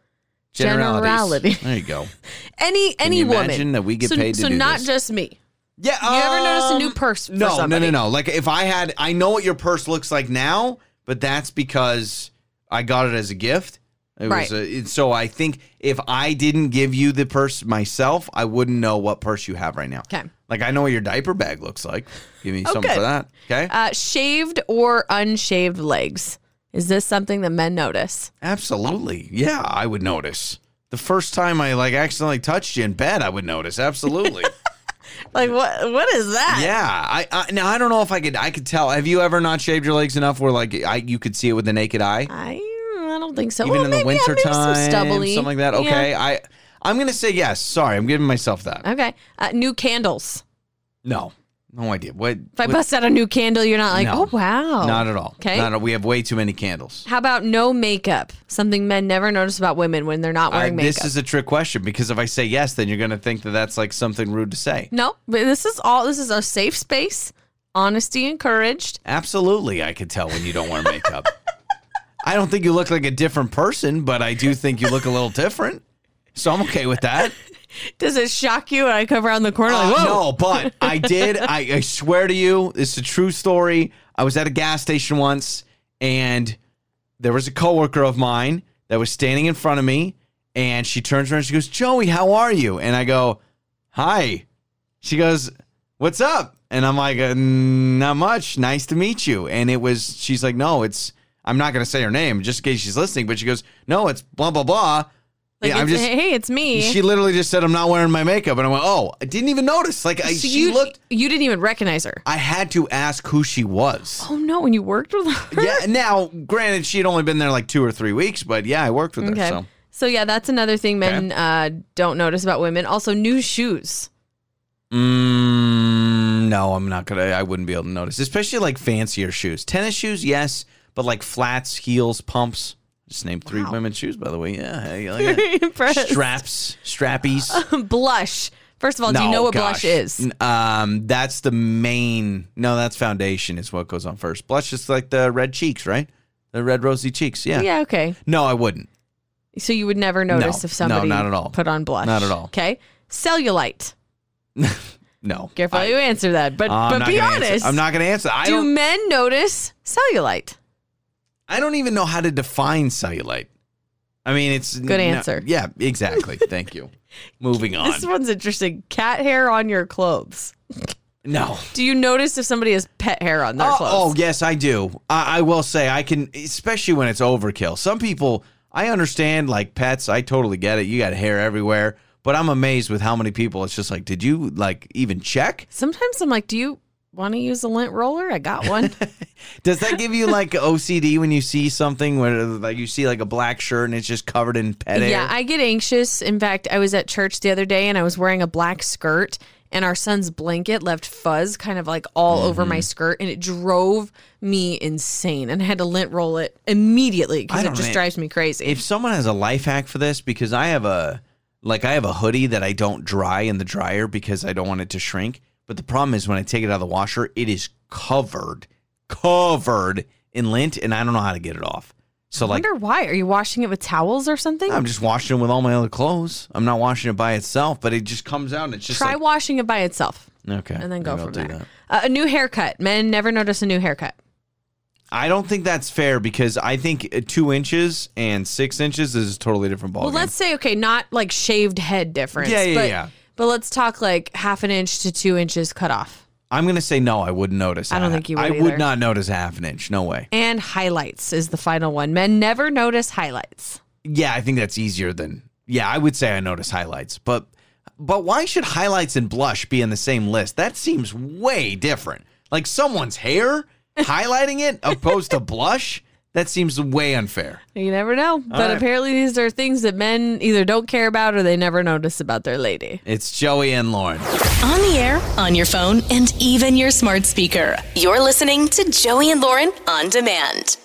generalities.
There you go.
any any
you
woman.
imagine that we get
so,
paid to
So
do
not
this?
just me.
Yeah.
You ever noticed a new
um,
purse for
no,
somebody?
no, no, no. Like if I had, I know what your purse looks like now, but that's because I got it as a gift. It
Right.
was a, it- so I think if I didn't give you the purse myself, I wouldn't know what purse you have right now.
Okay.
Like I know what your diaper bag looks like. Give me something
good.
for that. Okay.
Uh, shaved or unshaved legs. Is this something that men notice?
Absolutely. Yeah, I would notice. The first time I like accidentally touched you in bed, I would notice. Absolutely.
Like what? What is that?
Yeah, I, I now I don't know if I could I could tell. Have you ever not shaved your legs enough where like I you could see it with the naked eye,
I I don't think so.
even
Well,
in the
maybe, yeah,
winter
maybe some
time,
stubbly.
something like that?
Yeah.
Okay, I I'm gonna say yes. Sorry, I'm giving myself that.
Okay. Uh, new candles.
No, no idea. What?
If I
what-
bust out a new candle, you're not like,
No.
oh wow.
Not at all.
Okay.
Not at all. We have way too many candles.
How about no makeup? Something men never notice about women when they're not
I,
wearing
this
makeup.
is a trick question because if I say yes, then you're gonna think that that's like something rude to say.
no, but this is all. This is a safe space. Honesty encouraged.
Absolutely, I could tell when you don't wear makeup. I don't think you look like a different person, but I do think you look a little different. So I'm okay with that.
Does it shock you when I come around the corner? Like,
Uh,
whoa.
no, but I did. I, I swear to you, it's a true story. I was at a gas station once, and there was a coworker of mine that was standing in front of me, and she turns around and she goes, "Joey, how are you?" And I go, "Hi." She goes, "What's up?" And I'm like, uh, "Not much. Nice to meet you." And it was. She's like, "No, it's." I'm not going to say her name just in case she's listening, but she goes, "No, it's blah blah blah."
Like,
I'm
it's- hey, it's me.
she literally just said, "I'm not wearing my makeup," and I went, "Oh, I didn't even notice." Like I,
So
she
you,
looked.
You didn't even recognize her.
I had to ask who she was.
Oh no! When you worked with her.
yeah. Now, granted, she had only been there like two or three weeks, but yeah, I worked with
Okay.
her.
So.
So
yeah, that's another thing men uh, don't notice about women. Also, new shoes.
Mm, no, I'm not gonna. I wouldn't be able to notice, especially like fancier shoes. Tennis shoes, yes, but like flats, heels, pumps. Just named three women's shoes, by the way. Yeah, hey, like that.
Impressed.
straps, strappies.
blush. First of all, do you
No,
know what
gosh.
blush is?
N- Um, that's the main. No, that's foundation is what goes on first. Blush is like the red cheeks, right? The red rosy cheeks. Yeah.
Yeah, okay.
No, I wouldn't.
So you would never notice
No,
if somebody
no, not at all.
put on blush.
Not at all.
Okay. Cellulite.
No.
Careful how
I-
you answer that, but
I'm
but
not
be
gonna answer-
honest.
I'm not going to answer. I
Do
don't.
men notice cellulite?
I don't even know how to define cellulite. I mean, it's
Good
no-
answer.
yeah, exactly. Thank you. Moving on.
This one's interesting. Cat hair on your clothes.
No.
Do you notice if somebody has pet hair on their
Oh,
clothes?
oh, yes, I do. I, I will say I can, especially when it's overkill. Some people, I understand, like pets. I totally get it. You got hair everywhere, but I'm amazed with how many people. It's just like, did you like even check?
Sometimes I'm like, do you want to use a lint roller? I got one.
Does that give you like OCD when you see something where like you see like a black shirt and it's just covered in pet hair?
Yeah, I get anxious. In fact, I was at church the other day and I was wearing a black skirt and our son's blanket left fuzz kind of like all over
Mm-hmm.
my skirt and it drove me insane and I had to lint roll it immediately
I
because it
don't
just
know.
drives me crazy.
if someone has a life hack for this because i have a like i have a hoodie that i don't dry in the dryer because i don't want it to shrink but the problem is when i take it out of the washer it is covered covered in lint and i don't know how to get it off so
I
like
wonder why. Are you washing it with towels or something?
i'm just washing it with all my other clothes i'm not washing it by itself but it just comes out and it's just
Try
like,
washing it by itself
okay
and then go
maybe I'll
from
do
there.
that.
Uh, a new haircut. Men never notice a new haircut.
i don't think that's fair because i think uh, two inches and six inches is a totally different ball
Well, let's say okay, not like shaved head difference.
Yeah, yeah,
but,
yeah.
But let's talk like half an inch to two inches cut off
i'm gonna say no i wouldn't notice
I don't
that.
think you would
i
either.
would not notice a half an inch no way
and highlights is the final one. Men never notice highlights.
Yeah, I think that's easier than. Yeah, I would say I notice highlights, but but why should highlights and blush be in the same list? That seems way different. Like someone's hair highlighting it opposed to blush, that seems way unfair.
You never know. but
right.
apparently, these are things that men either don't care about or they never notice about their lady.
It's Joey and Lauren.
On the air, on your phone, and even your smart speaker. You're listening to Joey and Lauren on demand.